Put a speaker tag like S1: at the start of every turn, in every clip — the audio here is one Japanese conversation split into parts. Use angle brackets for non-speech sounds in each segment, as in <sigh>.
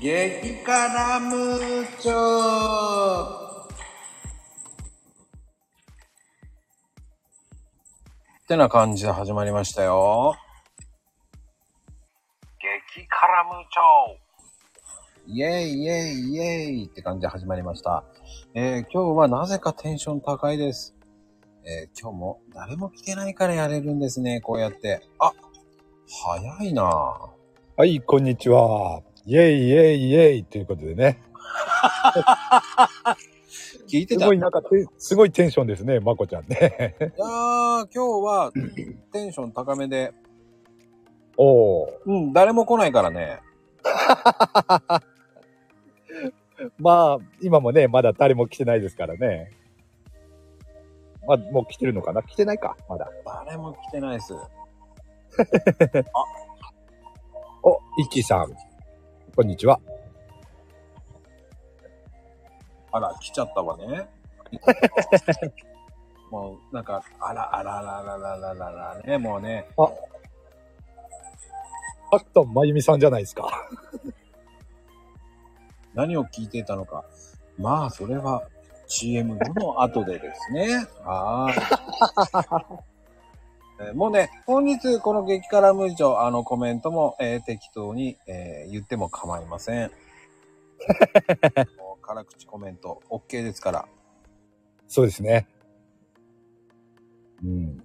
S1: 激辛ムーチョ
S2: てな感じで始まりましたよ。
S1: 激辛ムーチョ
S2: イェイイェイイェイって感じで始まりました。えー今日はなぜかテンション高いです。えー今日も誰も来てないからやれるんですね、こうやって。あ、早いなぁ。
S3: はい、こんにちは。イェイイェイイェイということでね。
S2: 聞いて
S3: す
S2: た
S3: ごい
S2: いや
S3: なんかて、すごいテンションですね、まこちゃんね。
S2: ー
S3: <laughs>
S2: 今日はテンション高めで、
S3: おお。
S2: うん、誰も来ないからね。
S3: まあ、今もね、まだ誰も来てないですからね。まあ、もう来てるのかな来てないか、まだ。
S2: 誰も来てないです。
S3: お、イッキーさん。こんにちは。
S2: あら、来ちゃったわね。もう、なんか、あらあらあらあらあらあらあらね、もうね。
S3: アクトンまゆみさんじゃないですか。
S2: 何を聞いていたのか。まあ、それは CM 後の後でですね。はー <laughs> い。えーもうね、本日この激辛無常、あのコメントも、えー適当に、えー言っても構いません。もう辛口コメント OK ですから。
S3: そうですね。うん。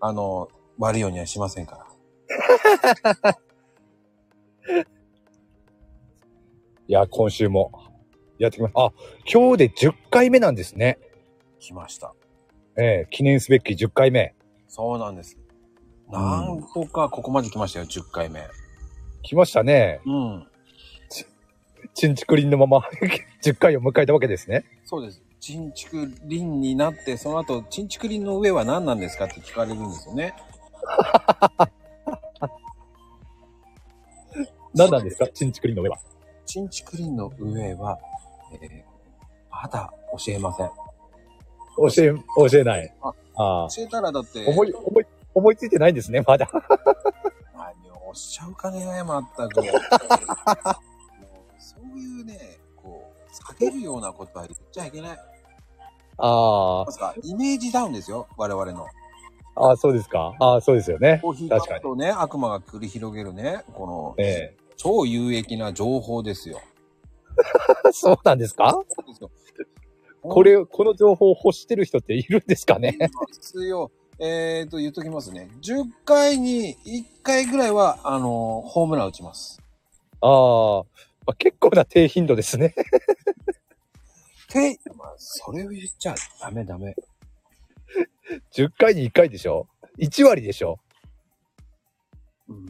S2: あの、悪いようにはしませんから。
S3: いや、今週もやってきました。あ、今日で10回目なんですね。
S2: 来ました。
S3: ええ記念すべき10回目。
S2: そうなんです。なんとかここまで来ましたよ、10回目。
S3: 来ましたね。
S2: うん。
S3: チンチクリンのまま <laughs> 10回を迎えたわけですね。
S2: そうです。チンチクリンになって、その後、チンチクリンの上は何なんですかって聞かれるんですよね。
S3: 何なんですかチンチクリンの上は。
S2: チンチクリンの上は、えーまだ教えません。
S3: 教え、教えない。
S2: あ
S3: ああ。
S2: 教えたらだって、
S3: 思い、思い、思いついてないんですね、まだ。
S2: 何をおっしゃうかね、まった
S3: <laughs>
S2: く。もうそういうね、こう、下げるようなことは言っちゃいけない。
S3: あ
S2: まさか、イメージダウンですよ、我々の。
S3: あ。ああ、そうですか。ああ、そうですよね。
S2: コーヒーカップとね、悪魔が繰り広げるね、この、
S3: え <laughs>
S2: 超有益な情報ですよ。
S3: え。そうなんですか
S2: そうですよ
S3: これ、この情報を欲してる人っているんですかね
S2: 必要。えっ、と、言っときますね。10回に1回ぐらいは、あのーホームラン打ちます。
S3: ああ。まあ、結構な低頻度ですね。 <laughs>
S2: て、まあ、それを言っちゃダメダメ。
S3: 10回に1回でしょ ?1 割でしょ
S2: うん、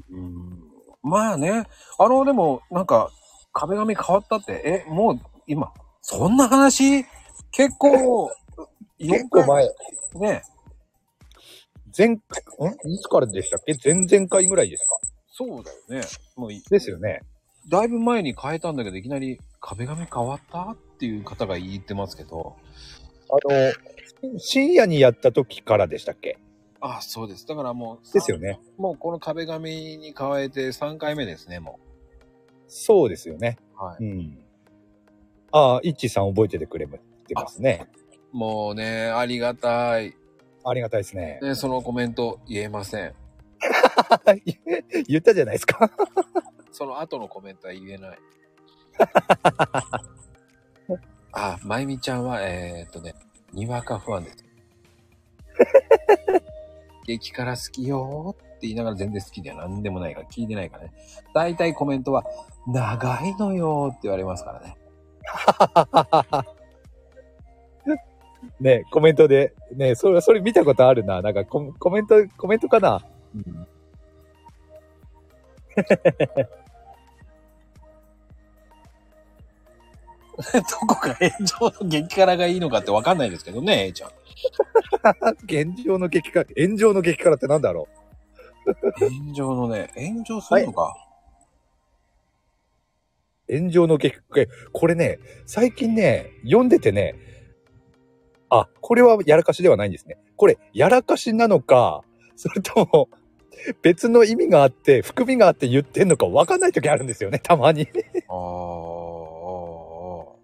S2: まあね、あの、でも、なんか、壁紙変わったって、え、もう、今、そんな話結構、
S3: 結構前。
S2: ね、
S3: 前、んいつからでしたっけ前々回ぐらいですか
S2: そうだよね。もうい、
S3: ですよね。
S2: だいぶ前に変えたんだけど、いきなり壁紙変わったっていう方が言ってますけど。
S3: あの、深夜にやった時からでしたっけ
S2: ああ、そうです。だからもう、
S3: ですよね。
S2: もうこの壁紙に変えて3回目ですね、も
S3: そうですよね。
S2: う。は
S3: う
S2: い。
S3: ん。ああ、イッチーさん覚えててくれてますね。
S2: もうね、ありがたい。
S3: ありがたいですね。
S2: ね、そのコメント言えません。
S3: <laughs> 言ったじゃないですか。 <laughs>
S2: その後のコメントは言えない。あ、まゆみちゃんは、えー、っとね、にわか不安です。激辛好きよーって言いながら全然好きでは何でもないから聞いてないからね。大体コメントは、長いのよーって言われますからね。
S3: ねコメントで、ねそれ、それ見たことあるな。なんかココメント、コメントかな。 <laughs>
S2: <laughs>
S3: うん、
S2: どこか炎上の激辛がいいのかってわかんないですけどね、えいちゃん。
S3: 現状の激辛、炎上の激辛ってなんだろ
S2: 炎上のね、炎上するのか。
S3: う炎上の激辛。これね、最近ね、読んでてね、あ、これはやらかしではないんですね。これ、やらかしなのか、それとも、別の意味があって、含みがあって言ってんのか分かんない時あるんですよね、たま
S2: あ
S3: に。
S2: ーあー、あ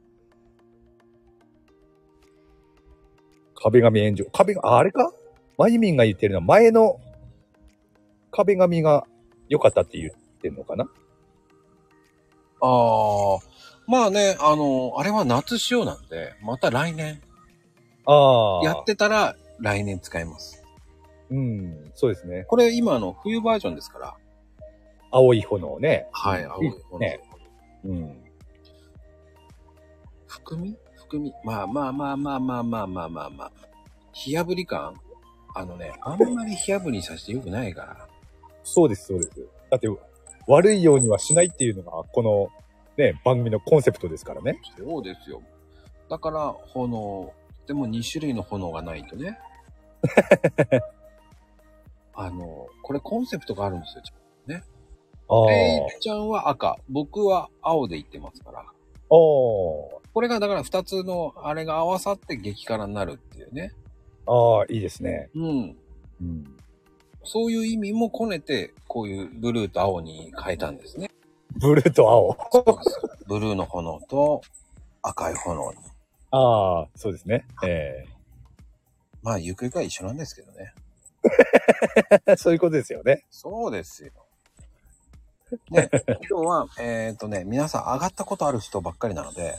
S3: 壁紙炎上。壁が、ああれかマユミンが言ってるのは前の壁紙が良かったって言ってんのかな
S2: ーあー。まあね、あの、あれは夏仕様なんで、また来年、
S3: ああ。
S2: やっ。てたら来年使えます。
S3: うん、そうですね。
S2: これ今あの冬バージョンですから。
S3: 青い炎ね。
S2: はい、青い炎。
S3: ねうん。
S2: 含み含みまあまあまあまあまあまあまあまあまあ。火炙り感あのね、あんまり火炙りさせてよくないから。
S3: そうです、そうです。だって、悪いようにはしないっていうのが、この、ね、番組のコンセプトですからね。
S2: そうですよ。だから、炎、でも2種類の炎がないと <laughs> ね。あの、これコンセプトがあるんですよ。
S3: ああ。
S2: レイちゃんは赤、僕は青で言ってますから。
S3: あ
S2: これがだから2つのあれが合わさって激辛になるっていうね。
S3: あ。ああ、いいですね。
S2: うん。
S3: うん。
S2: そういう意味もこねて、こういうブルーと青に変えたんですね。
S3: ブルーと青。
S2: ブルーの炎と赤い炎に。
S3: ああ、そうですね。え
S2: まあ、ゆくゆくは一緒なんですけどね。
S3: え <laughs> そういうことですよね。
S2: そうですよ。
S3: <laughs>
S2: ね、今日は、えっ、とね、皆さん上がったことある人ばっかりなので、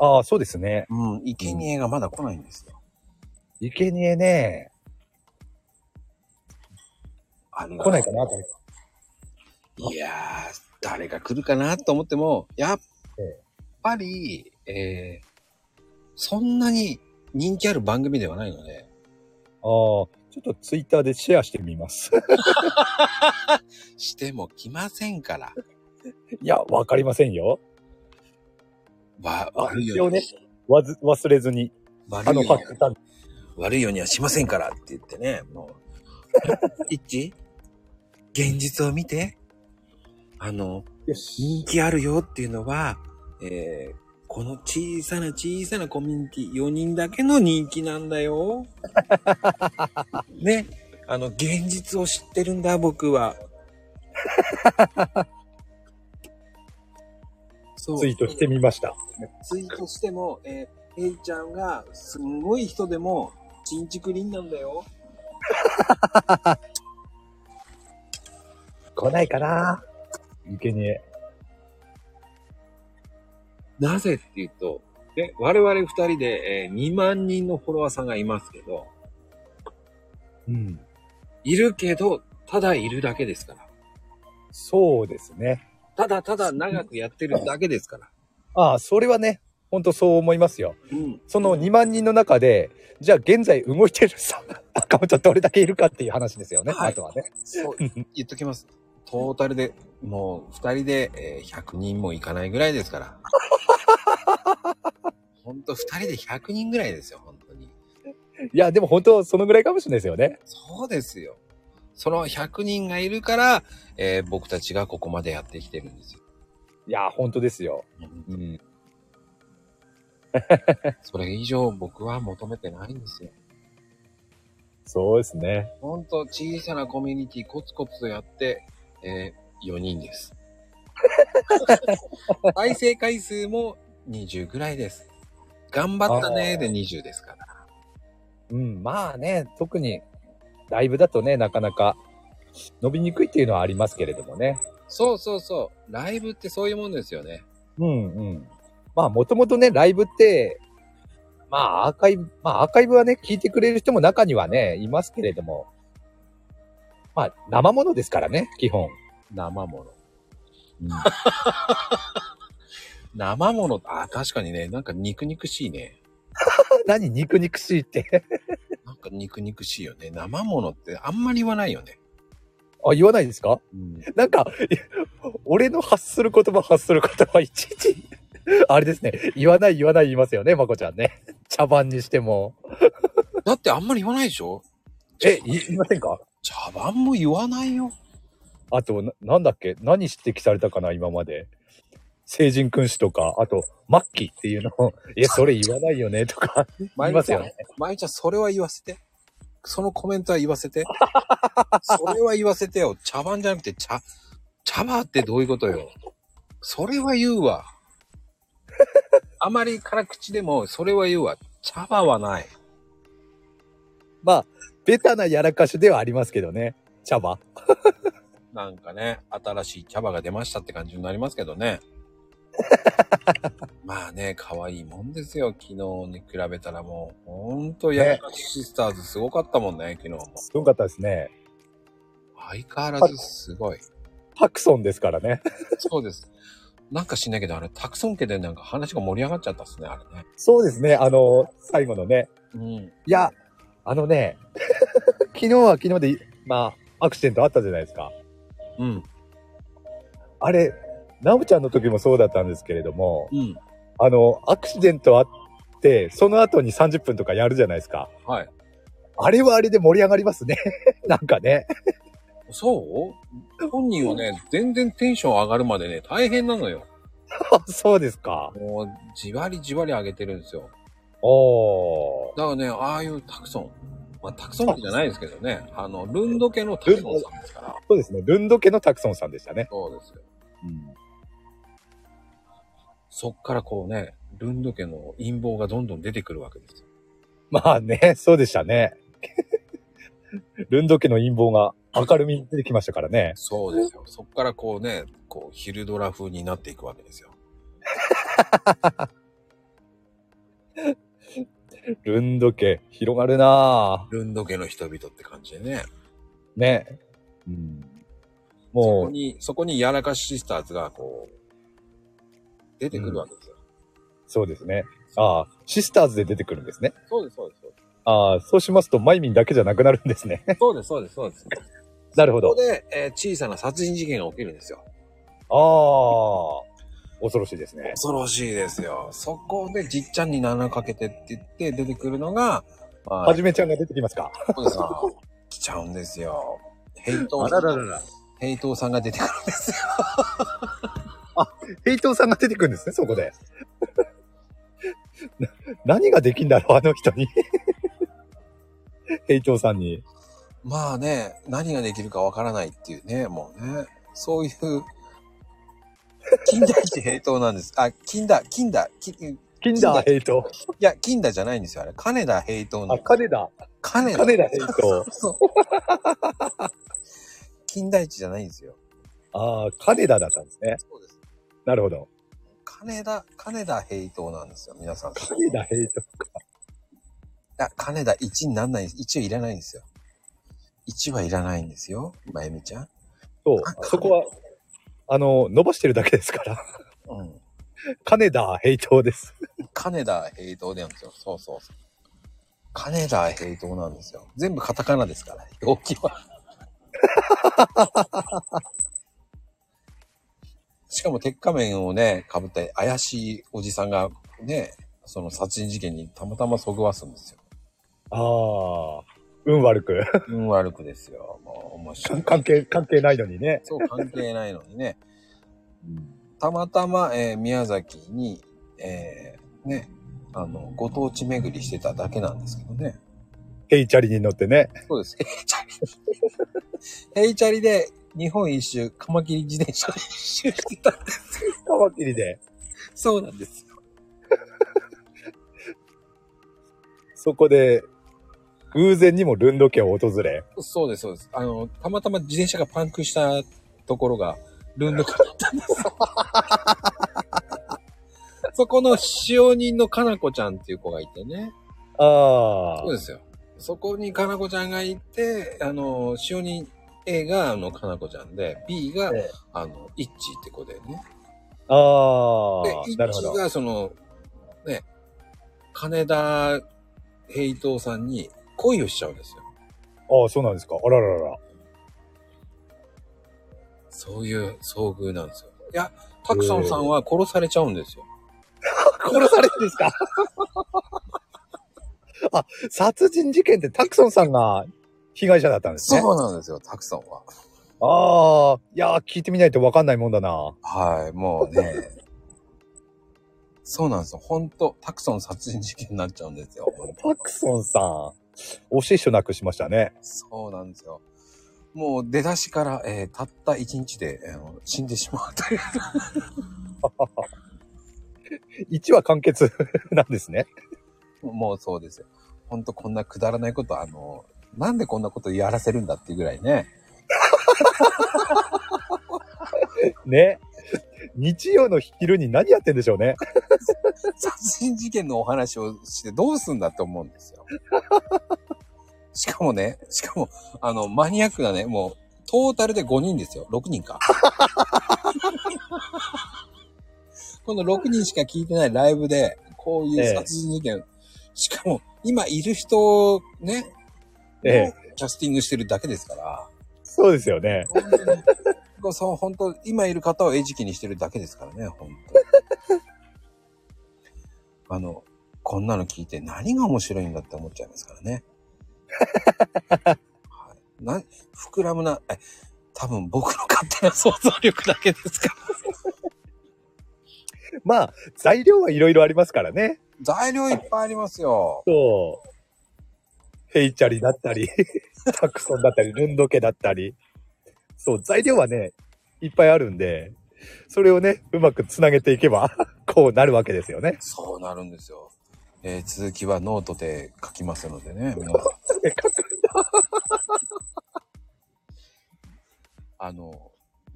S3: ああ、そうですね。
S2: うん、生贄がまだ来ないんですよ。
S3: 生贄ね。
S2: あれが
S3: 来ないかなと。
S2: いやー、誰が来るかなと思っても、やっぱり、えーそんなに人気ある番組ではないので、
S3: ああ、ちょっとツイッターでシェアしてみます。 <laughs>
S2: しても来ませんから。
S3: いや、わかりませんよ。
S2: わ、
S3: あ
S2: 悪い
S3: 一
S2: よう
S3: 応
S2: に
S3: ね、、わず忘れずに、
S2: 悪
S3: あ
S2: いよ
S3: の
S2: うに
S3: ハッシュタグ、
S2: 悪いようにはしませんからって言ってね、も
S3: <laughs>
S2: う。一致現実を見て、あの、
S3: よし。
S2: 人気あるよっていうのは、えーこの小さな小さなコミュニティ、4人だけの人気なんだ
S3: <laughs>
S2: よ。ね。あの、現実を知ってるんだ、僕
S3: <laughs>
S2: は。そう
S3: ツイートしてみました。
S2: ツイートしても、えー、ヘイちゃんがすんごい人でも、チンチクリンなんだよ。
S3: 来ないかな生贄。
S2: なぜっていうと、で、我々二人で、えー2万人のフォロワーさんがいますけど、
S3: うん。
S2: いるけど、ただいるだけですから。
S3: そうですね。
S2: ただただ長くやってるだけですから。
S3: ああ、それはね、ほんとそう思いますよ。
S2: うん。
S3: その2万人の中で、じゃあ現在動いてるさ、 <laughs> アカウントどれだけいるかっていう話ですよね。
S2: はい
S3: あとはね。
S2: そう、 <laughs> 言っときます。トータルで、もう二人で、えー100人もいかないぐらいです <laughs> から。ほんと二人で100人ぐらいですよ、本当に。
S3: いや、でも本当そのぐらいかもしれないですよね。
S2: そうですよ。その100人がいるから、えー僕たちがここまでやってきてるんですよ。
S3: いや、本当ですよ。うん。
S2: それ以上僕は求めてないんですよ。
S3: そうですね。
S2: ほんと小さなコミュニティコツコツとやって、え4人です。再生回数も20ぐらいです。頑張ったねーで20ですから。
S3: うん、まあね、特にライブだとね、なかなか伸びにくいっていうのはありますけれどもね。
S2: そうそうそう。ライブってそういうもんですよね。
S3: うんうん。まあもともとね、ライブって、まあアーカイブ、まあアーカイブはね、聞いてくれる人も中にはね、いますけれども、まあ生ものですからね、基本。
S2: 生もの。
S3: <laughs> うん、
S2: 生もの、あ、確かにね、なんか肉肉しいね。
S3: 何肉肉しいって。
S2: なんか肉肉しいよね。生ものってあんまり言わないよね。
S3: <laughs> あ、言わないですかなんか、いや俺の発する言葉発する言葉いちいち、あれですね、言わない言わない言いますよね、まこちゃんね。茶番にしても。
S2: だってあんまり言わないでしょ
S3: え、い言いませんか
S2: 茶番も言わないよ。
S3: あとな、なんだっけ何指摘されたかな今まで。成人君主とか、あと、末期って <laughs> いうのを、いや、それ言わないよね、とか、言いますよね。
S2: まゆちゃん、それは言わせて。そのコメントは言わせて。それは言わせてよ。茶番じゃなくて茶、茶葉ってどういうことよ。それは言う
S3: <laughs>
S2: わ。あまり辛口でも、それは言うわ。茶葉はない。
S3: まあ、ベタなやらかしではありますけどね。茶葉。
S2: なんかね、新しい茶葉が出ましたって感じになりますけど <laughs> ね。まあね、可愛いもんですよ。昨日に比べたらもう、ほんと、やらかしシスターズすごかったもんね、昨日も。
S3: すごかったですね。
S2: 相変わらずすごい。
S3: パクソンですからね。
S2: そうです。なんかしないけど、あれ、タクソン家でなんか話が盛り上がっちゃったっすね、あれね。
S3: そうですね。あの、最後のね。
S2: うん。
S3: いや、あのね、 <laughs> 昨日は昨日で、まあ、アクシデントあったじゃないですか。
S2: うん。
S3: あれ、ナオちゃんの時もそうだったんですけれども、
S2: うん。
S3: あの、アクシデントあって、その後に30分とかやるじゃないですか。
S2: はい。
S3: あれはあれで盛り上がりますね。 <laughs> なんかね。
S2: そう本人はね、全然テンション上がるまでね、大変なのよ。
S3: あそうですか。
S2: もう、じわりじわり上げてるんですよ。
S3: おー。
S2: だからね、ああいうタクソン。まあ、タクソン家じゃないですけどね。あの、ルンド家のタクソンさんですから。
S3: そうですね。ルンド家のタクソンさんでしたね。
S2: そうですよ。
S3: うん、
S2: そっからこうね、ルンド家の陰謀がどんどん出てくるわけですよ。
S3: まあね、そうでしたね。 <laughs> ルンド家の陰謀が明るみに出てきましたからね。
S2: そうですよ。そっからこうね、こう、ヒルドラ風になっていくわけですよ。
S3: ルンド家、広がるなぁ。
S2: ルンド家の人々って感じでね。
S3: ね。うん、
S2: そこ
S3: もう、
S2: に、そこにやらかしシスターズがこう、出てくるわけですよ。
S3: そうですね。ああ、シスターズで出てくるんですね。
S2: そうです、そうです、そうで
S3: ああ、そうしますと、マイミンだけじゃなくなるんですね。 <laughs>
S2: す。そうです、そうです、そうです。
S3: なるほ
S2: ここ
S3: ど。
S2: で、えー小さな殺人事件が起きるんですよ。
S3: ああ、恐ろしいですね。
S2: 恐ろしいですよ。そこでじっちゃんに7かけてって言って出てくるのが、ま
S3: はじめちゃんが出てきますか。
S2: ここでさ、来ちゃうんですよ。ヘイト
S3: あ
S2: ーさ
S3: ら
S2: ん、
S3: ららら。
S2: ヘイトーさんが出てくるんですよ。
S3: ヘイトさんが出てくるんですね、そこで。 <laughs> な何ができんだろう、あの人に。 <laughs> ヘイトさんに。
S2: まあね、何ができるかわからないっていうね、もうね。そういう、近代一ヘイトーなんです。あ、金だ、金だ、金、
S3: キンダーヘイト。
S2: いや、金田じゃないんですよ、あれ。金田平等
S3: あ、
S2: の。
S3: 金田。
S2: 金
S3: 金田ヘイト。
S2: 金田一じゃないんですよ。
S3: ああ、金田だったんですね。
S2: そうです。
S3: なるほど。
S2: 金田、金田平等なんですよ、皆さん。い
S3: 金田ヘイト。
S2: や、金田一になんないんです。一はいらないんですよ。一はいらないんですよ、まゆみちゃん。
S3: そう、そこは、あの、伸ばしてるだけですから。
S2: うん。
S3: 金田ヘイトです。
S2: 金田平等なんですよ。そうそうそう。金田平等なんですよ。全部カタカナですから、表記は。 <laughs> しかも鉄仮面をね、被った怪しいおじさんがね、その殺人事件にたまたまそぐわすんですよ。
S3: ああ、運悪く。
S2: 運悪くですよ。もう面白い。
S3: 関係、関係ないのにね。
S2: そう関係ないのにね。たまたま、えー宮崎に、えーね、あの、ご当地巡りしてただけなんですけどね。
S3: ヘイチャリに乗ってね。
S2: そう <laughs> です。ヘイチャリ。ヘイチャリで日本一周、カマキリ自転車 <laughs> で一周してた。
S3: カマキリで。
S2: そうなんですよ。
S3: そこで、偶然にもルンド家を訪れ、
S2: そうです、そうです。あの、たまたま自転車がパンクしたところが、ルンドカだったん <laughs> ですよ。そこの使用人のかなこちゃんっていう子がいてね。
S3: あ
S2: そうですよ。そこにかなこちゃんがいて、あの、使用人 A があの、かなこちゃんで、B が、
S3: ええ
S2: あの、イッチーって子でね。
S3: あ、あ
S2: で、
S3: あ、
S2: 一
S3: なるほ
S2: 致
S3: ど。
S2: がその、ね、金田平等さんに恋をしちゃうんですよ。
S3: ああ、そうなんですか。あらららら。
S2: そういう遭遇なんですよ。いや、タクソンさんは殺されちゃうんですよ。
S3: 殺されるんですか <laughs> あ、殺人事件ってタクソンさんが被害者だったんですね。
S2: そうなんですよ、タクソンは。
S3: ああ、いやー、聞いてみないとわかんないもんだな。
S2: はい、もう <laughs> ね。 <laughs> そうなんですよ。ほんと、タクソン殺人事件になっちゃうんですよ。
S3: タクソンさん。惜しい人なくしましたね。
S2: そうなんですよ。もう出だしから、えーたった1日で、あの死んでしまうという。 <laughs>
S3: 1話完結 <laughs> なんですね。
S2: もうそうですよ。ほんとこんなくだらないこと、あの、なんでこんなことやらせるんだっていうぐらいね。
S3: ね。日曜の昼に何やってんでしょうね。
S2: 殺人事件のお話をしてどうすんだって思うんですよ。 <laughs> しかもね、しかも、あの、マニアックなね、もう、トータルで5人ですよ。6人か。 <laughs> この6人しか聞いてないライブで、こういう殺人事件、しかも、今いる人をね、
S3: ええ。
S2: キャスティングしてるだけですから、
S3: そうですよね。
S2: 本当にこうそう本当、今いる方を餌食にしてるだけですからね、本当あの、こんなの聞いて何が面白いんだって思っちゃいますからね。はい、な膨らむな、え多分僕の勝手な想像力だけですから。
S3: まあ、材料はいろいろありますからね。
S2: 材料いっぱいありますよ。
S3: そう。ヘイチャリだったり、 <laughs> タクソンだったり、ルンドケだったり。そう、材料はね、いっぱいあるんで、それをね、うまくつなげていけば、 <laughs> こうなるわけですよね。
S2: そうなるんですよ。えー続きはノートで書きますので <laughs> ね、皆さん。あの、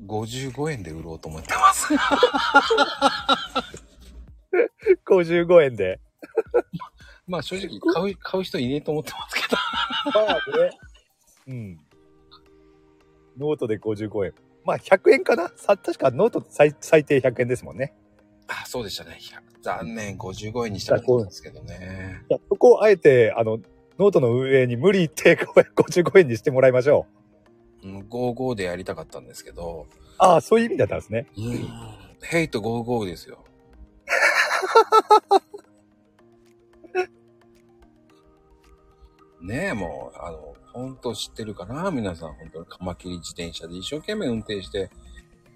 S2: 55円で売ろうと思ってます。
S3: 55円で。
S2: <laughs> まあ正直 <laughs> 買う、買う人いねえと思ってますけど。
S3: まあね。うん。ノートで55円。まあ100円かなさ確かノート最最低100円ですもんね。
S2: あ、そうでしたね。いや残念、55円にしたかったんですけどね。
S3: いやそこをあえて、あの、ノートの運営に無理言って <laughs> これ55円にしてもらいましょ
S2: うん、55でやりたかったんですけど、
S3: う。ああ、そういう意味だったんですね。
S2: うん、ヘイト55ですよ。 <laughs> ねえ、もう、あの、ほんと知ってるかな皆さん、本当にカマキリ自転車で一生懸命運転して、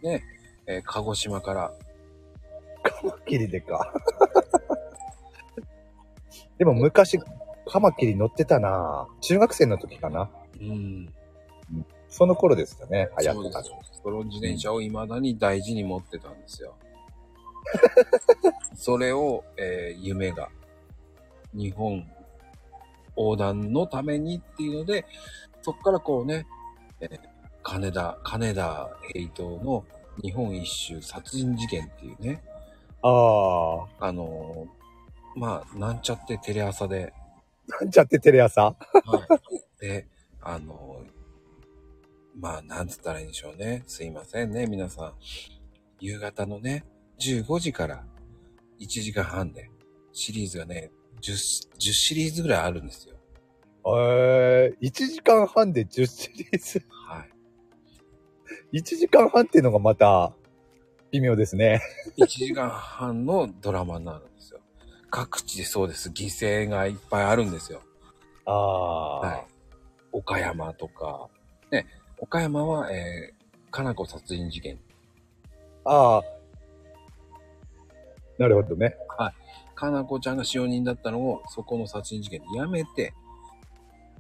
S2: ねえ、えー鹿児島から、
S3: カマキリでか。 <laughs> でも昔、カマキリ乗ってたな中学生の時かな。
S2: うん、
S3: その頃ですよね、流
S2: そ
S3: 行
S2: う
S3: って
S2: で
S3: た
S2: すよ。その自転車を未だに大事に持ってたんですよ。 <laughs> それを、えー夢が、日本横断のためにっていうので、そこからこうね、えー金田、金田平等の日本一周殺人事件っていうね、
S3: あ
S2: あのーまあ、なんちゃってテレ朝で、
S3: あ。なんちゃってテレ朝
S2: はい。で、あの、まあ、なんつったらいいんでしょうね。すいませんね、皆さん。夕方のね、15時から1時間半で、シリーズがね、10、10シリーズぐらいあるんですよ。
S3: えー、1時間半で10シリーズ。 <laughs>
S2: はい。
S3: 1時間半っていうのがまた、微妙ですね。
S2: 1時間半のドラマになるんですよ。各地でそうです。犠牲がいっぱいあるんですよ。
S3: ああ。
S2: はい。岡山とか、ね、岡山は、えー、かなこ殺人事件。
S3: ああ。なるほどね。
S2: かなこちゃんが使用人だったのを、そこの殺人事件でやめて、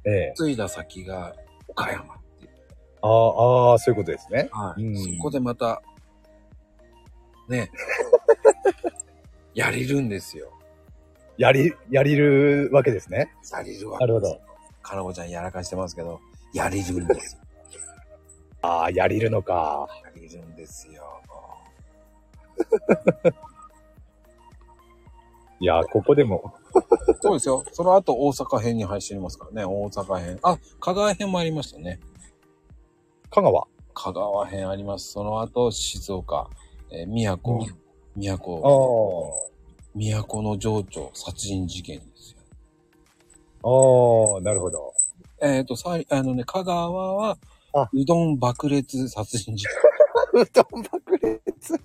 S3: ええ。
S2: 継いだ先が岡山っていう。
S3: ああ、ああ、そういうことですね。
S2: はい。
S3: うん
S2: そこでまた、
S3: <laughs>
S2: ね、やれるんですよ。
S3: やり、やりるわけですね。
S2: やれるわ。
S3: なるほど。
S2: かなこちゃんやらかしてますけど、やれるんですよ。
S3: ああ、やりるのか。
S2: やれるんですよ。
S3: いや、ここでも。
S2: そうですよ。その後大阪編に入ってますからね。大阪編。あ、香川編もありましたね。
S3: 香川。
S2: 香川編あります。その後静岡、えー宮古、
S3: うん
S2: 宮古、都の情緒殺人事件ですよ。
S3: ああ、なるほど。
S2: えっ、と、さい、あのね、香川は
S3: あ、
S2: うどん爆裂殺人事件。
S3: うどん爆裂。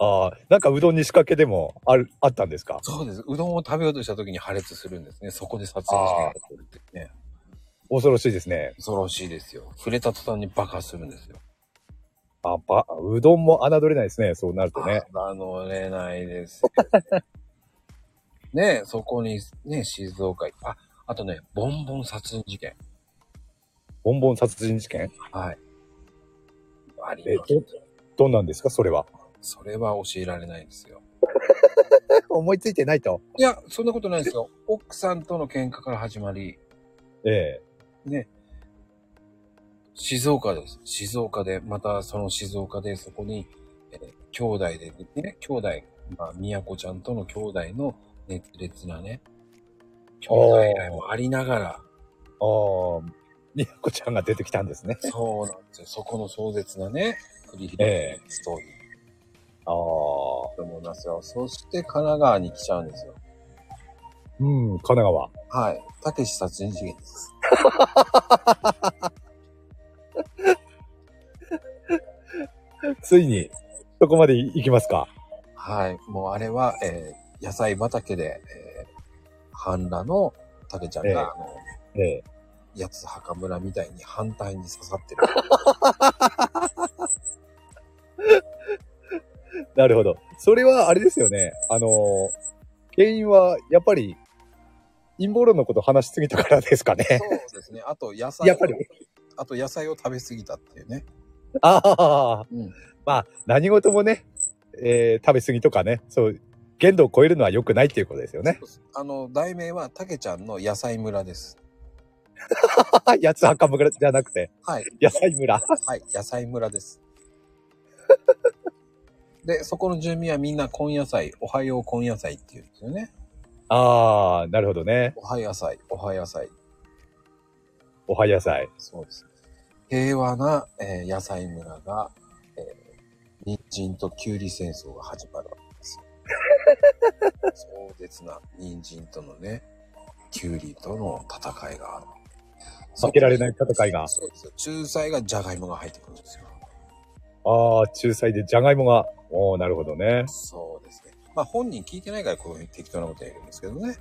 S3: ああ、なんかうどんに仕掛けでもある、あったんですか
S2: そうです。うどんを食べようとした時に破裂するんですね。そこで殺人事件が起こるっていうね。
S3: 恐ろしいですね。
S2: 恐ろしいですよ。触れた途端に爆発するんですよ。
S3: あ、ば、うどんも侮れないですね。そうなるとね。
S2: あの
S3: <laughs>
S2: れないですよ。ねえそこに、ね、静岡、あ、あとね、ボンボン殺人事件。
S3: ボンボン殺人事件
S2: はい。あり
S3: え
S2: ま、す。
S3: ど、どんなんですかそれは。
S2: それは教えられないですよ。
S3: <laughs> 思いついてないと。
S2: いや、そんなことないですよ。奥さんとの喧嘩から始まり、
S3: ええ
S2: ね、静岡です。静岡で、またその静岡で、そこに、えー兄弟でね、兄弟、まあ、みやこちゃんとの兄弟の熱烈なね、兄弟愛もありながら、
S3: ああ、みやこちゃんが出てきたんですね。
S2: そうなんですよ。そこの壮絶なね、繰り広げるストーリー
S3: ああ、
S2: だと思いますよ。そして神奈川に来ちゃうんですよ。
S3: うん、神奈川。
S2: はい。たけし殺人事件です。
S3: ついに、そこまで行きますか。
S2: はい。もうあれは、えー野菜畑で、えー、半裸のたけちゃんが、
S3: ええ
S2: あの、
S3: ええ
S2: やつ墓村みたいに反対に刺さって
S3: <laughs>
S2: る。
S3: なるほど。それはあれですよね。あのー、原因はやっぱり陰謀論のこと話しすぎたからですかね。
S2: そうですね。あと野菜を
S3: やっぱり。
S2: あと野菜を食べ過ぎたっていうね。
S3: ああ、
S2: うん
S3: まあ何事もね、えー食べ過ぎとかね、そう、限度を超えるのは良くないっていうことですよね。 <laughs>
S2: あの、題名はたけちゃんの野菜村です。
S3: やつ赤村じゃなくて、 <laughs>
S2: はい。
S3: 野菜村。
S2: はい。野菜村
S3: <laughs>
S2: です。で、そこの住民はみんな根野菜、おはよう根野菜って言うんですよね。
S3: ああ、なるほどね。
S2: おは野菜、おは野菜。
S3: おは野菜。
S2: そうです。平和な、えー野菜村が、えー日人とキュウリ戦争が始まるわけ
S3: <laughs>
S2: ですよ。壮絶な人参とのね、キュウリとの戦いがある。
S3: 負けられない戦いが
S2: そうですよ。仲裁がジャガイモが入ってくるんですよ。
S3: ああ、仲裁でじゃがいもが。おおなるほどね。
S2: そうですね。まあ本人聞いてないからこういう適当なことやるんですけどね。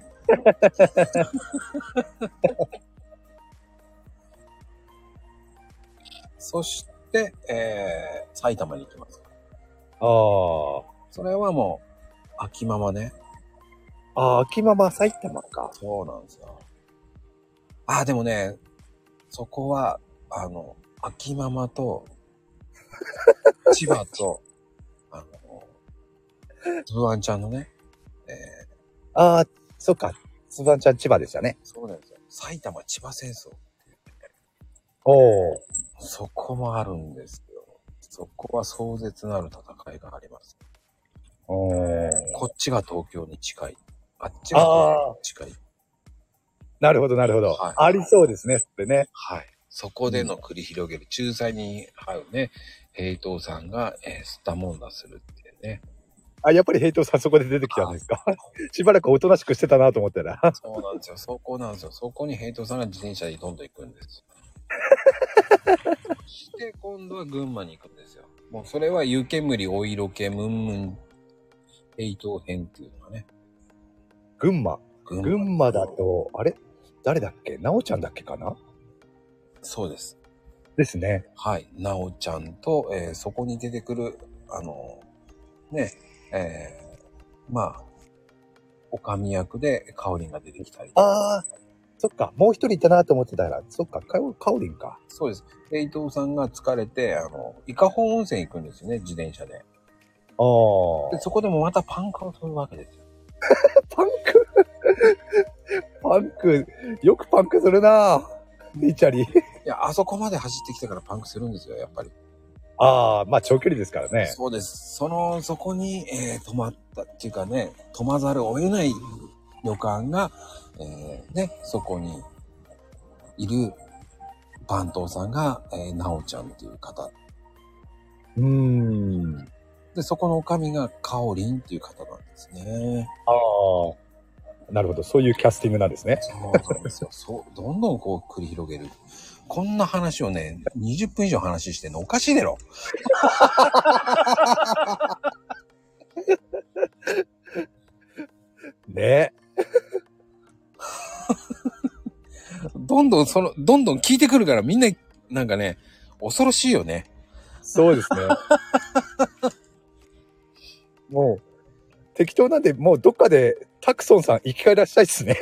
S2: そして、えー、埼玉に行きます。
S3: あ
S2: それはもう、秋ママね。
S3: あ、ああ、秋ママ埼玉か。
S2: そうなんですよ。ああ、でもね、そこは、あの、秋ママと、千葉と、あの、ブワンちゃんのね、えー、
S3: ああ、そっか。スザンちゃん千葉でしたね。
S2: そうなんですよ。埼玉千葉戦争。
S3: おお。
S2: そこもあるんですよ。そこは壮絶なる戦いがあります。
S3: お
S2: こっちが東京に近い。あっちが東京に近い。
S3: なるほど、なるほど、
S2: はい
S3: ありそうですね、それね。
S2: はい。そこでの繰り広げる、仲裁に入るね、平等さんが、えー、スタモンダするっていうね。
S3: あ、やっぱり平等さんそこで出てきたんですか。しばらくおとなしくしてたなと思ったら。
S2: そうなんですよ。そこなんですよ。そこに平等さんが自転車でどんどん行くんです
S3: <laughs>
S2: よ。で、今度は群馬に行くんですよ。もうそれは湯煙、お色気、ムンムン、平等編っていうのがね。
S3: <laughs> 群馬。
S2: 群
S3: 群馬だと、あれ誰だっけなおちゃんだっけかな
S2: そうです。
S3: ですね。
S2: はい。なおちゃんと、えーそこに出てくる、あのね、えーまあ、おかみ役で香りが出てきたり。
S3: ああ、そっか。もう一人いたなと思ってたら、そっか、かおかおりんか。
S2: そうです。で、伊藤さんが疲れて、あの、伊香保温泉行くんですよね、自転車で。
S3: あ
S2: で、
S3: あ。
S2: そこでもまたパンクを取るわけですよ。
S3: パンク <laughs> パンク、よくパンクするなリチャリ。
S2: いや、あそこまで走ってきたからパンクするんですよ、やっぱり。
S3: ああ、まあ長距離ですからね。
S2: そうです。その、そこに、えー泊まったっていうかね、泊まざるを得ない旅館が、えーね、そこにいる番頭さんが、えーなおちゃんっていう方。
S3: うーん。
S2: で、そこの女将がかおりんっていう方なんですね。
S3: ああ。なるほど。そういうキャスティングなんですね。
S2: そうなん <laughs> ですよ。そう、どんどんこう繰り広げる。こんな話をね、20分以上話してんのおかしいだろ。
S3: ね
S2: どんどんその、どんどん聞いてくるからみんな、なんかね、恐ろしいよね。
S3: そうです <laughs> ね。もう、適当なんで、もうどっかでタクソンさん生き返らしたいですね。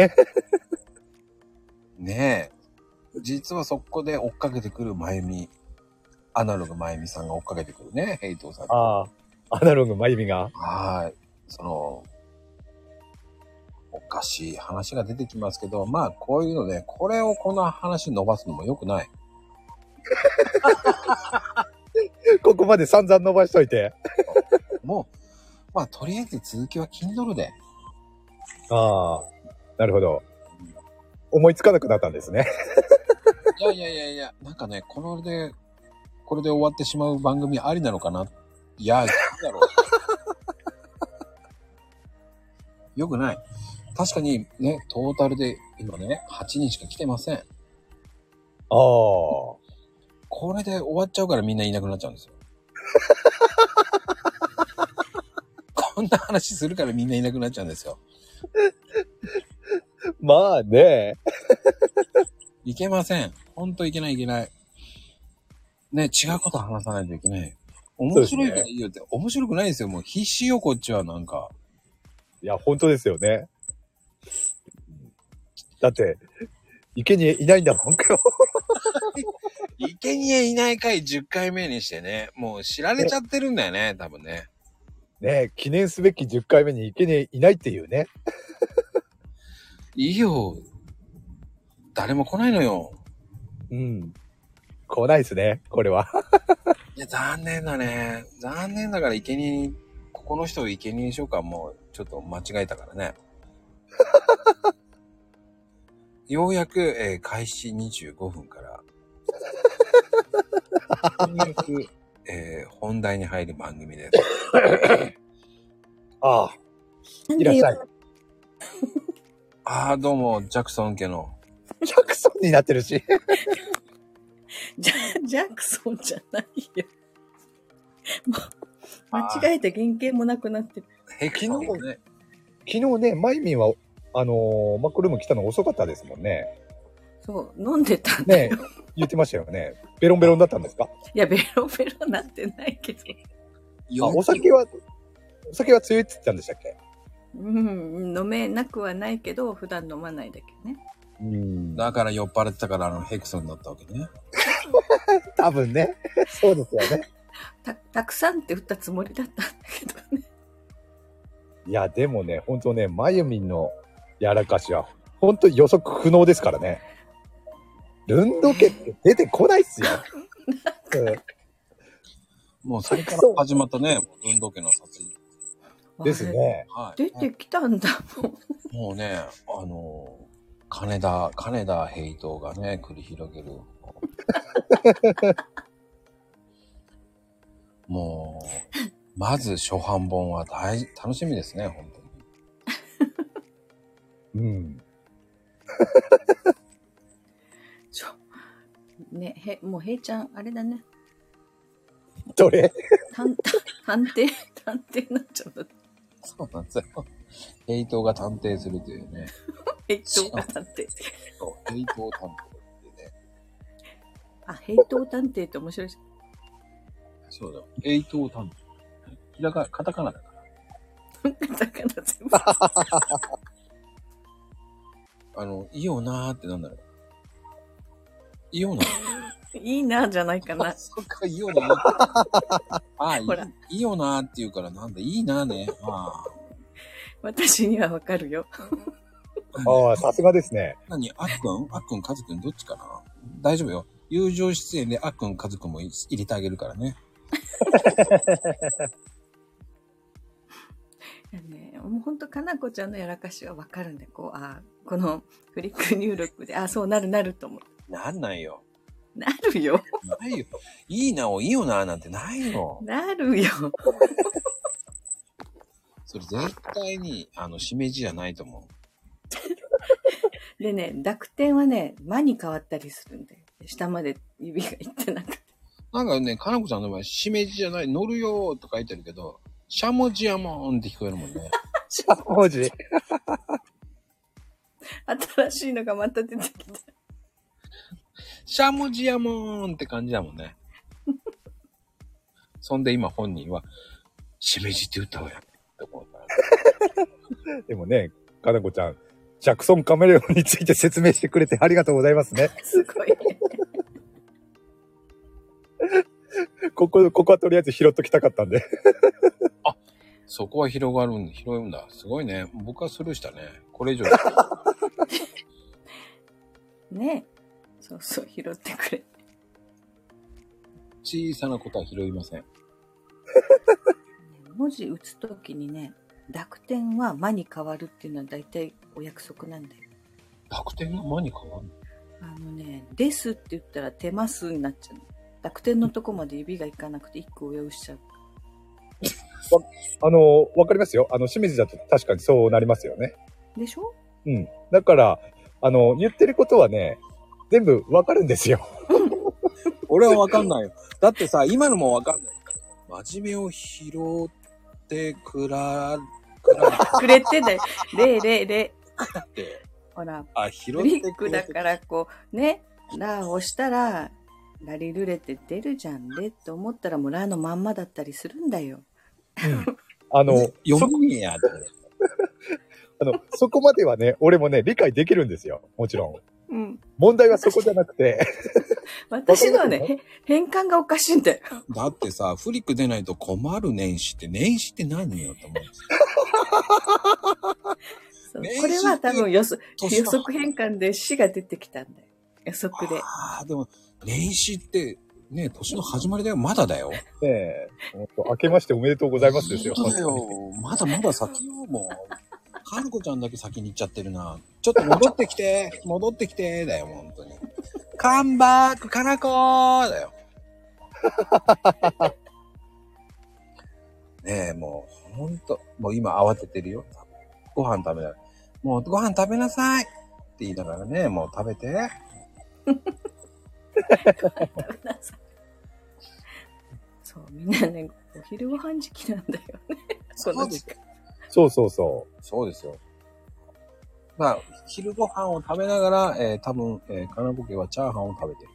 S2: ねえ。実はそこで追っかけてくるまゆみ、アナログまゆみさんが追っかけてくるね、ヘイトさんに。
S3: ああ、アナログまゆみが。
S2: はーい。その、おかしい話が出てきますけど、まあこういうので、これをこの話伸ばすのも良くない。
S3: ここまで散々伸ばしといて。
S2: もう、まあとりあえず続きは Kindle で。
S3: ああ、なるほど。思いつかなくなったんですね。
S2: いやいやいやいや、なんかね、これで、これで終わってしまう番組ありなのかないや、いいだろう。 <laughs> よくない。確かにね、トータルで今ね、8人しか来てません。
S3: ああ。
S2: これで終わっちゃうからみんないなくなっちゃうんですよ。こんな話するからみんないなくなっちゃうんですよ。
S3: まあね。
S2: いけません。ほんといけないいけない。ね、違うこと話さないといけない。
S3: う
S2: 面
S3: ですね
S2: 白いからいいよって、面白くないですよ。もう必死よ、こっちはなんか。
S3: いや、本当ですよね。だって、池にいないんだもん、今日。
S2: 生贄いない回10回目にしてね、もう知られちゃってるんだよね、多分ね。
S3: ね記念すべき10回目に池にいないっていうね。
S2: いいよ。誰も来ないのよ。
S3: うん。来ないですね、これは。
S2: いや、残念だね。残念だから、生贄に、ここの人を生贄にしようか、もう、ちょっと間違えたからね。
S3: <laughs>
S2: ようやく、えー開始25分から、ようやく、えー本題に入る番組です。
S3: ああ。いらっしゃい。
S2: ああ、どうも、ジャクソン家の、
S3: ジャクソンになってるし。 <laughs>
S4: ジャジャクソンじゃないよ。ま間違えて原型もなくなってる。
S2: ヘキの
S3: 昨
S2: ね、
S3: 昨日ね、マイミンは、あのーマックルーム来たの遅かったですもんね。
S4: そう、飲んでたんだ
S3: <laughs> ね
S4: よ。
S3: 言ってましたよね。ベロンベロンだったんですか
S4: いや、ベロベロなってないけど。
S3: あ、
S2: よ
S3: お酒は、お酒は強いって言ったんでしたっけ
S4: うん、飲めなくはないけど、普段飲まないだけね。
S3: うん
S2: だから酔っ払ってたから、あの、ヘクソンになったわけね。
S3: 多分ね。 <laughs> そうですよね。
S4: た、たくさんって打ったつもりだったんだけどね。
S3: いや、でもね、本当ね、まゆみんのやらかしは、本当予測不能ですからね。ルンドケって出てこないっす <laughs> よ。
S2: もう、それから始まったね、運動家の殺人。
S3: うん <laughs> です
S4: わ
S3: <laughs> ね。
S2: は
S4: あ
S2: い。
S4: れ。出てきたんだもん。
S2: もうね、あのー金田、金田ヘイトがね、繰り広げる。 <laughs> もう、まず初版本は大事、楽しみですね、本当に。
S3: うん。
S4: ちょね、へ、もう、へいちゃん、あれだね。
S3: どれ
S4: 探、探偵、探偵になっちゃう。
S2: そうなんですよ。ヘイトが探偵するというね。
S4: ヘイトが探偵。
S2: そうヘイトを探偵っていうね。
S4: あ、ヘイト探偵って面白いし。
S2: そうだよ。ヘイトを探偵。ひらが、カタカナだから。
S4: だから全部。
S2: あの、いいよなーってなんだろう。いいよなー。
S4: いいな、じゃないか
S2: <laughs>
S4: な。
S2: そっか、いいよなー。 <laughs> ああ、いい
S4: ほら
S2: いいよなーって言うから、なんだ、いいなーね。ああ。
S4: 私にはわかるよ。
S3: ああ、さすがですね。
S2: 何あっくんあっくん、かずくん、どっちかな大丈夫よ。友情出演であっくん、かずくんも入れてあげるからね。
S4: いやね、もうほんと、かなこちゃんのやらかしはわかるんで、こう、あーこのフリック入力で、あーそうなるなると思う。
S2: なんないよ。
S4: なるよ。
S2: ないよ。いいなお、いいよな、なんてないよ。
S4: なるよ。
S2: それ絶対に、あの、しめじじゃないと思
S4: でね、濁点はね、間に変わったりするんで、下まで指がいってなくて。
S2: う。なんかね、かなこちゃんの場合、しめじじゃない、乗るよーとか言ってるけど、しゃもじやもんって聞こえるもんね。
S3: しゃもじ。
S4: 新しいのがまた出てきた。
S2: しゃもじやもんって感じだもん <laughs> ね。そんで今本人は、しめじって歌おうやって思うから、ね。
S3: でもね、かなこちゃん、ジャクソンカメレオンについて説明してくれてありがとうございますね。
S4: すごい。
S3: ここ、ここはとりあえず拾っときたかったんで。 <laughs>
S2: そこは広がるん、広いんだ。すごいね。僕はスルーしたね。これ <laughs> 以上。
S4: ねそうそう、拾ってくれ。
S2: 小さなことは拾いません。
S4: 文字打つときにね、濁点は間に変わるっていうのは大体お約束なんだよ。
S2: 濁点が間に変わる
S4: あのね、ですって言ったら手ますになっちゃうの。濁点のとこまで指がいかなくて一個泳うしちゃう。
S3: あの、わかりますよ。あの、清水だと確かにそうなりますよね。
S4: で <laughs> しょ
S3: うん。だから、あの、言ってることはね、全部わかるんですよ。
S2: 俺はわかんないよ。だってさ、今のもわかんない。真面目を拾ってくら、くら
S4: くれてだよ。れれれ。
S2: って、
S4: ほら、
S2: あ、拾
S4: ブ
S2: っ
S4: リ
S2: て
S4: ッ
S2: く
S4: ク
S2: れ
S4: だ
S2: て
S4: からこう、ね、ラを押したら、ラリルレって出るじゃんねって思ったらもうラのまんまだったりするんだよ。
S3: あの、そ
S2: 読みねえやって。
S3: あのそこまではね、俺もね、理解できるんですよ。もちろん。
S4: うん。
S3: 問題はそこじゃなくて、 <laughs>
S4: 私のはね、へ変換がおかしいんだよ。
S2: だってさ、フリック出ないと困る年始って、年始って何よって思うんですよ。
S4: そう
S2: 明治
S4: これは多分予測
S2: 年
S4: 予
S2: の
S4: 測変換で死が出てきたんだよ。予測で。
S2: ああ、でも、年始って、ね、年の始まりだよ。まだだよ。
S3: ねえ、本当明けましておめでとうございますですよ。
S2: 本当だよ。まだまだ先よ、もう。かるこちゃんだけ先に行っちゃってるな。ちょっと戻ってきて、戻ってきて、だよ、本当に。カンバック、かなこーだよ。 <laughs> ねえ、もう、ほんと、もう今慌ててるよ。ご飯食べない。もうご飯食べなさいって言いながらね、もう食べて。
S4: 食べなさいそう、みんなね、お昼ご飯時期なんだよね。この時間。
S3: そうそうそう。
S2: そうですよ。まあ、昼ご飯を食べながら、えー、多分、えー、かなこ家はチャーハンを食べてる。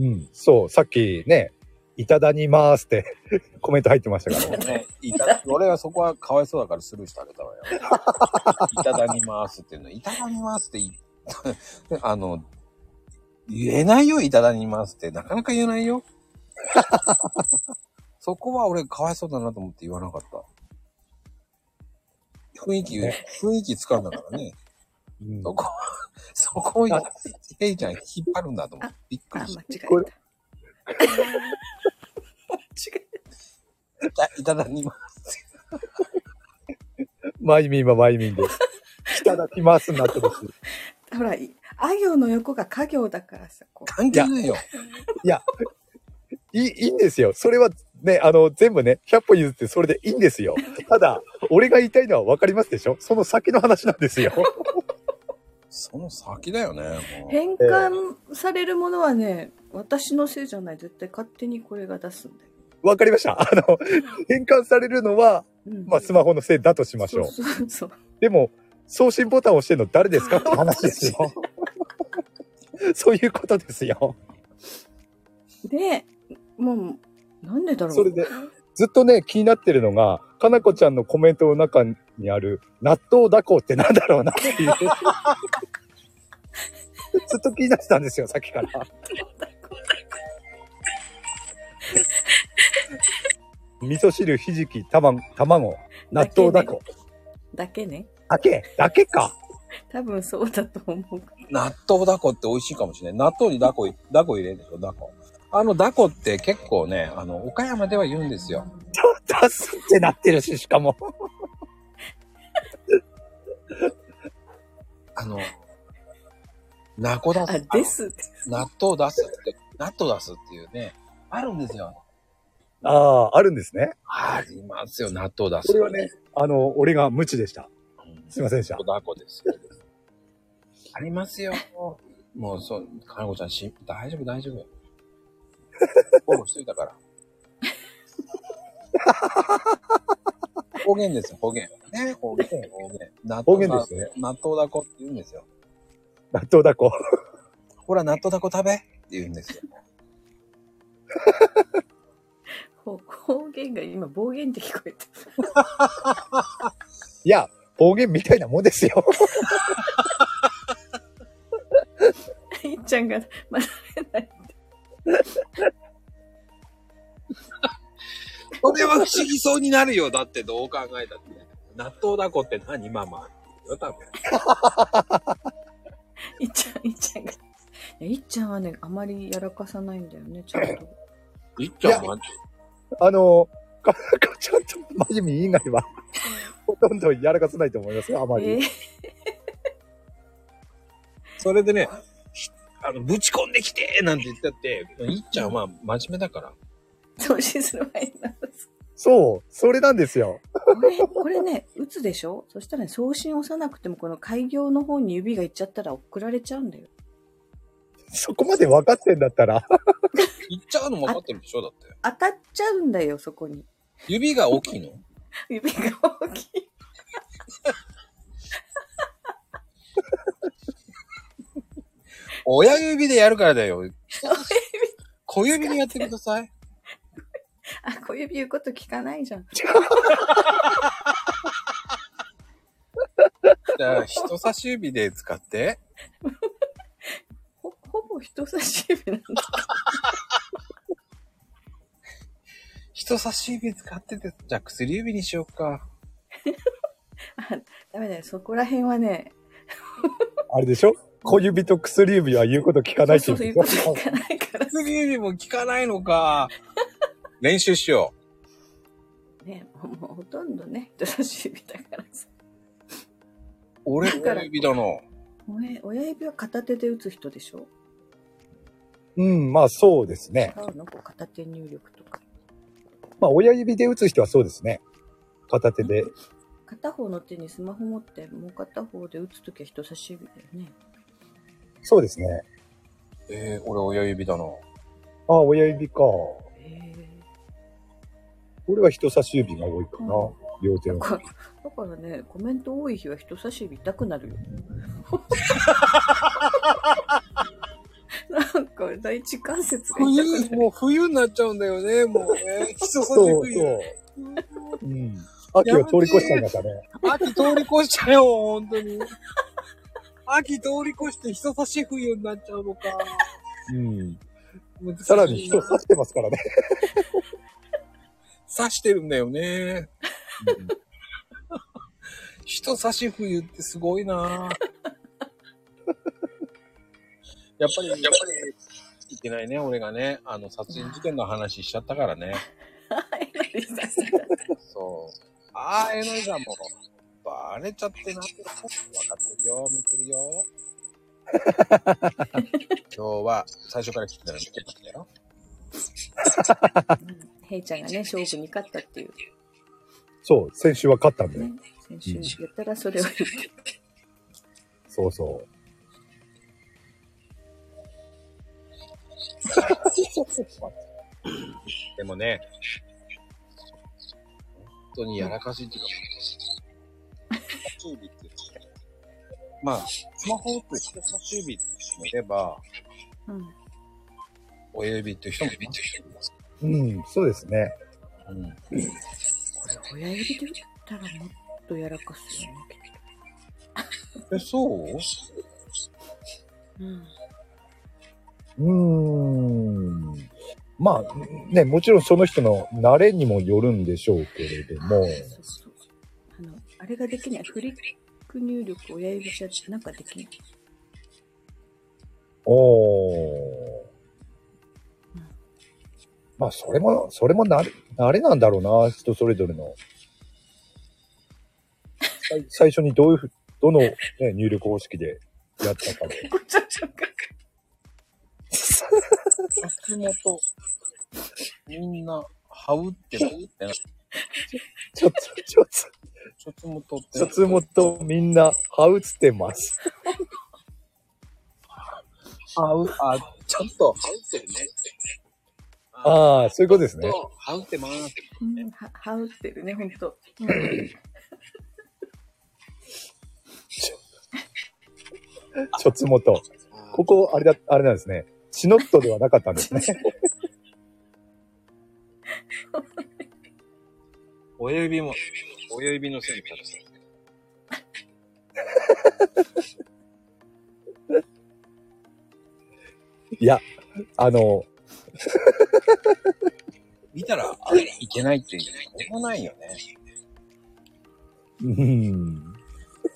S3: うん。そう、さっきね、いただきますって <laughs> コメント入ってましたからね。
S2: ね、いた俺はそこはかわいそうだからスルーしてあげたわよ。いただきますっていうの、いただきますってい、 <laughs> あの、言えないよ、いただきますって。なかなか言えないよ。 <laughs> そこは俺かわいそうだなと思って言わなかった。雰囲気、雰囲気掴んだからね。
S3: うん
S2: そこ <laughs> は、そこを、ヘイちゃん引っ張るんだと思って。びっく
S4: あ、間
S2: り
S4: 違
S2: し
S4: えた。
S3: こ
S4: 間違
S3: れ
S4: え
S2: た。いただきます。
S3: マイミンはマイミンです。いただきますになってます。
S4: た。ほら、いあ行の横が家行だからさ、こう。
S2: 関係ないよ。
S3: いや、いい、い <laughs> いんですよ。それはね、あの、全部ね、100歩譲ってそれでいいんですよ。ただ、俺が言いたいのは分かりますでしょその先の話なんです <laughs> よ。
S2: その先だよね。もう
S4: 変換されるものはね、私のせいじゃない。絶対勝手にこれが出すんだよ。
S3: 分かりました。あの、変換されるのは、
S4: うん
S3: まあ、スマホのせいだとしましょう。
S4: そうそうそう。
S3: でも、送信ボタンを押してるの誰ですかって話ですよ。 <laughs> そういうことですよ。
S4: で、もう、なんでだろう。
S3: それで、ずっとね、気になってるのが、かなこちゃんのコメントの中にある、納豆だこってなんだろうなって
S4: <laughs>
S3: いう。ずっと気になってたんですよ、さっきから。味噌汁、ひじき、たま、卵、納豆だこ。
S4: だけね。
S3: だけだけか。
S4: 多分そうだと思う。
S2: 納豆だこって美味しいかもしれない。納豆にだこ、だこ入れるでしょ、だこ。あの、だこって結構ね、あの、岡山では言うんですよ。
S3: 出すってなってるし、しかも。
S2: あの、なこだす。
S4: あ、ですって。
S2: 納豆出すって、納豆出すっていうね、あるんですよ。
S3: ああ、あるんですね。
S2: ありますよ、納豆出す。
S3: これはね、あの、俺が無知でした。
S2: うん、
S3: すいませんでした
S2: 納。豆だこです。 <laughs> ありますよ。もう、そう、かなこちゃんし、大丈夫、大丈 <laughs> 夫。フォローしといたから。方言ですよ、方言。ね、方言、方言。納
S3: 方
S2: 豆
S3: 言
S2: だ
S3: ですね。
S2: 納豆だこって言うんですよ。
S3: 納豆だこ。
S2: ほら、納豆だこ食べって言うんですよ。
S4: 方方言が今暴言って聞こえて
S3: いや、方言みたいなもんですよ。
S4: <laughs>
S3: <laughs>
S4: いっちゃんが、まだ慣れない。
S2: それは不思議そうになるよ。だってどう考えたって。納豆だこって何ママ。よ、多分。
S4: いっちゃん、いっちゃんが。いやいっちゃんはね、あまりやらかさないんだよね、ちゃんと。
S2: いっちゃんは、
S3: あの、か、かちゃんとまゆみ以外
S4: <laughs>
S3: は、ほとんどやらかさないと思いますよ、あまり。
S4: えー
S2: それでね、ひあの、ぶち込んできてなんて言ったって、いっちゃんは真面目だから。
S4: 投資する前にな
S3: そう、それなんですよ。
S4: これ、これね、打つでしょそしたらね、送信押さなくても、この開業の方に指がいっちゃったら送られちゃうんだよ。
S3: そこまで分かってんだったら、 <laughs>
S2: いっちゃんのも分かってるでしょだって。
S4: 当たっちゃうんだよ、そこに。
S2: 指が大きいの
S4: 指が大きい。
S2: 親指でやるからだよ。小指でやってください。
S4: あ、小指言うこと聞かないじゃん。
S2: じゃあ、人差し指で使って。
S4: ほ、ほぼ人差し指なんだ。
S2: 人差し指使ってて、じゃあ薬指にしようか。
S4: あ、ダメだよ、そこら辺はね、
S3: あれでしょ小指と薬指は言うこと聞かないって
S4: そ
S3: いうう
S4: そ
S3: でしょ
S4: ういうこと聞かないから。
S2: 薬指も効かないのか。練習しよう。
S4: ね、もうもうほとんどね、人差し指だからさ。
S2: 俺、親指だの。
S4: 親親指は片手で打つ人でしょ
S3: うん、まあそうですね。
S4: 違うのこう片手入力とか。
S3: まあ親指で打つ人はそうですね。片手で。
S4: 片方の手にスマホ持って、もう片方で打つときは人差し指だよね。
S3: そうですね。
S2: えー、俺親指だの。
S3: ああ、親指か。こ
S4: へえ。
S3: れは人差し指が多いかな。
S4: うん
S3: 両手の。
S4: かだからね、コメント多い日は人差し指痛くなるよ。なんか第一関節が痛く <laughs> なる。
S2: もう冬になっちゃうんだよね、もうね。人差し
S3: そうそう。うん。秋を通り越したんだからね。
S2: 秋通り越したよ、本当に。秋通り越して人差し冬になっちゃうのか。
S3: うん。
S2: 難しいな
S3: <laughs> さらに人刺してますからね。 <laughs>
S2: 刺してるんだよね。人差し冬ってすごいなぁやっぱり、やっぱり、いけないね、俺がね、あの、殺人事件の話しちゃったからね。
S4: はいエナリさん
S2: そう。ああ、えのいさんも、バレちゃってなって、分かってるよ、見てるよ。今日は、最初から聞いてたら見てたんだよ。
S4: うんヘイちゃんがね、勝負に勝ったっていう
S3: そう、先週は勝ったんだよ
S4: ね。、先週やったらそれを言って
S3: そうそう。
S2: でもね、本当にやらかしっていうか、人差し指っていうのはまあ、スマホを打つ人差し指っていう人もいれば、
S4: うん。
S2: 親指っていう人もいます。
S3: うん、そうですね。
S2: うん。
S4: これ親指で打ったらもっとやらかすよね。
S2: え、そう
S4: うん。
S3: うーん。まあ、ね、もちろんその人の慣れにもよるんでしょうけれども、
S4: そうそうそう。あの、あれができない。フリック入力親指じゃなんかできない。
S3: おー
S4: うん。
S3: まあ、それも、それも慣れ、慣れなんだろうな、人それぞれの。最最初にどういうふ、どの、ね、入力方式でやっ
S2: <laughs>
S3: たか
S4: ごちゃごちゃ
S2: 松本。みんな、ハウってなってな。
S3: ちょっと、ちょっと。
S2: 松本って。
S3: 一つもとみんな、はうつってます。
S2: ハウ、あ、ちょっと、ハウってるねって。あ、
S3: ああ、そういうことです
S2: ちょ
S3: ね
S2: っ。と、ハウってまーす。
S4: うん、は、はうってるね、ほんと。うん
S3: ちょつもと。ここ、あれだ、あれなんですね。チノットではなかったん <laughs> ですね。
S2: 親指も、親指のせいからさ。
S3: いや、あの、
S2: 見たら、あれ、いけないって、でもないよね。
S3: うん。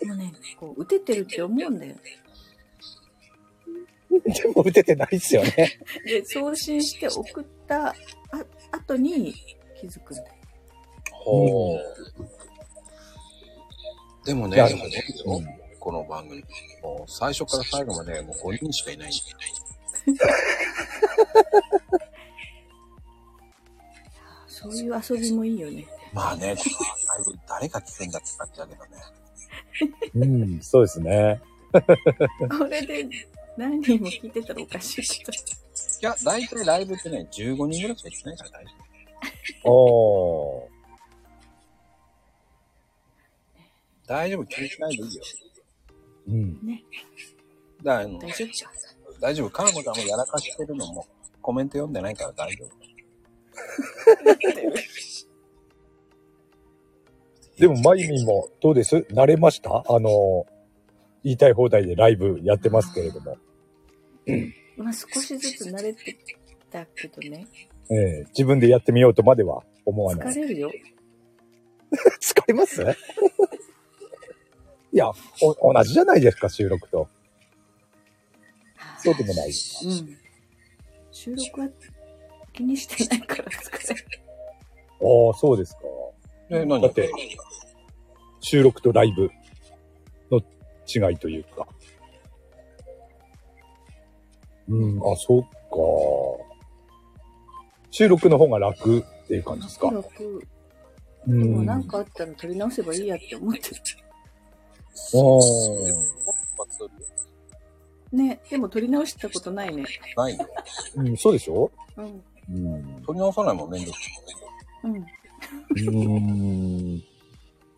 S4: もうね、こう、打ててるって思うんだよね。
S3: でも打ててないっすよね。
S4: で、送信して送ったあ後に気づくんだよ。
S2: ほう。でもね、
S3: いや
S2: でもね、
S3: うん
S2: この番組、もう最初から最後までもう5人しかいないんで。
S4: そういう遊びもいいよね。
S2: まあね、だいぶ誰が聞くんだって感じだけどね。
S3: うん、そうですね。
S4: これで何人も聞いてたらおかしいこと
S2: いや、大体ライブってね、15人ぐらいしか行ってないから大丈
S3: おー。
S2: 夫。大丈夫、気にしないでいいよ。
S3: うん。
S4: ね。
S2: だからあの
S4: 大丈夫じゃん。
S2: 大丈夫、かなこちゃんもやらかしてるのも、コメント読んでないから大丈夫。
S3: でも、まゆみんも、どうです慣れましたあの、言いたい放題でライブやってますけれども。
S4: まあ少しずつ慣れてきたけどね。
S3: ええ自分でやってみようとまでは思わ
S4: 疲
S3: ない。
S4: れるよ。
S3: 疲れます <laughs> いやお、同じじゃないですか、収録と。そうでもない。
S4: うん。収録は気にしてないから疲れる。
S3: ああ、そうですか。
S2: え、何
S3: だって収録とライブの違いというか。うん、あ、そっか。収録の方が楽っていう感じですか。
S4: 録、
S3: う
S4: でも
S3: ん。
S4: なん
S3: あ
S4: かあったら撮り直せばいいやって思ってる。
S3: ー
S4: ね、でも撮り直したことないね。
S2: ないよ。
S3: うん、そうでしょ
S4: うん。
S3: うん。
S2: 取り直さないもん、めんどくさい。
S4: うん。
S3: うん。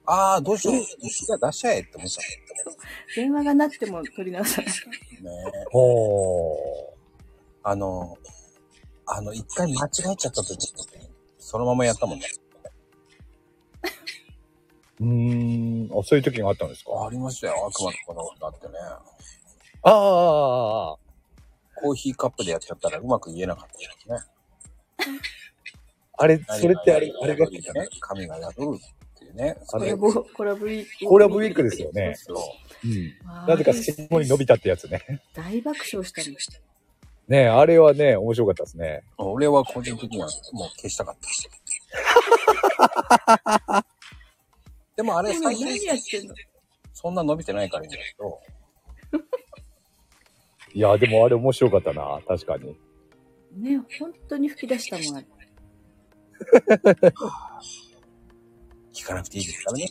S2: ああ、どうしよう。じゃあ出しちゃえって思っちゃ
S4: 電話がなっても撮り直さない。
S2: う。ねえ。
S3: は
S2: あの、あの、一回間違えちゃった時そのままやったもんね。
S3: あ。うん。あ、そういう時があったんですか
S2: ありましたよ、悪魔とこの女ってね。
S3: ああ。
S2: コーヒーカップでやっちゃったらうまく言えなかったですね。
S3: あれ、それってあれ、あれが、
S2: ね、神が宿るっていうね。そ
S4: コ
S2: れ
S4: ラボ、コラボウィーク。
S3: コラボウィークですよね
S2: そう
S3: うん。
S4: わー
S3: なぜか最後に伸びたってやつね。
S4: 大爆笑したの。
S3: ねえ、あれはね、面白かったですね。
S2: 俺は個人的にはもう消したかった。でもあれ、
S4: でも
S2: 最
S4: 何
S2: 近
S4: やってんの
S2: そんな伸びてないからいいんだけど、
S3: いや、でもあれ面白かったな、確かに。
S4: ね、本当に吹き出したもんある。
S2: 聞かなくていいですからね。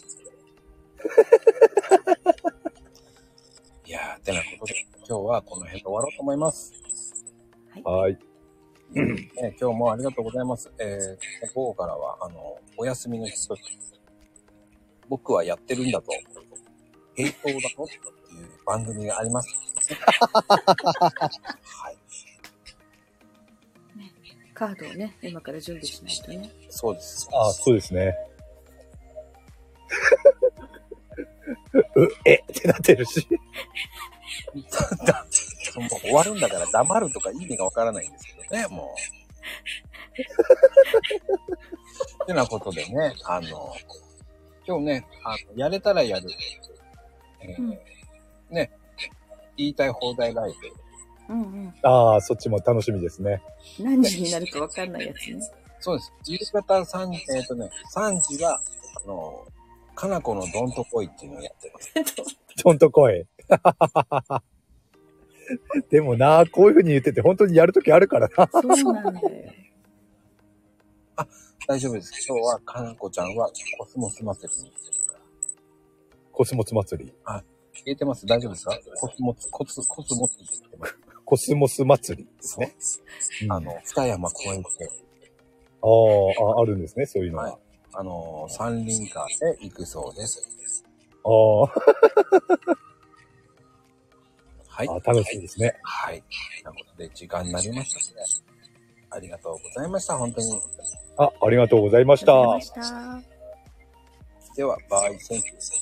S2: いやー、てなことで、今日はこの辺で終わろうと思います。
S3: はい。
S2: えー今日もありがとうございます。えー午後からは、あの、お休みの日と僕はやってるんだと、平等だとっていう番組があります。はい。
S4: カードをね、今から準備しないとね。
S2: そうです。
S3: あそうですね。 <laughs> う、えってなってるし。
S2: だもう終わるんだから黙るとか意味がわからないんですけどね、も
S4: <laughs>
S2: う。てなことでね、あの、今日ね、あのやれたらやる。えー
S4: うん
S2: ね、言いたい放題ライブ。
S4: うんうん。
S3: ああ、そっちも楽しみですね。
S4: 何時になるかわかんない
S3: <laughs>
S4: やつね。
S2: そうです。夕方3時、えっ、とね、3時は、あの、かなこのどんとこいっていうのをやってます。
S3: どんと来い。 <laughs> でもな、こういう風に言ってて本当にやるときあるからな。
S4: そうなんだよ。
S2: 大丈夫です。今日はかなこちゃんはコスモス祭りに行ってるから。
S3: コスモス祭り。
S2: 消えてます大丈夫ですかコスモス、コツ、コツモスって言ってます。
S3: コスモス祭りですね。うん
S2: あの、二山公園って、
S3: ああ、ああるんですね、そういうのは。
S2: はいあの、三輪カーで行くそうです。
S3: あ
S2: はい。
S3: あ、楽しみですね。
S2: はい。ということで、時間になりましたね。ありがとうございました。本当に。
S3: あ、ありがとうございまし
S4: あ
S3: た
S4: りがとうございました。
S2: では、バイセンキュー。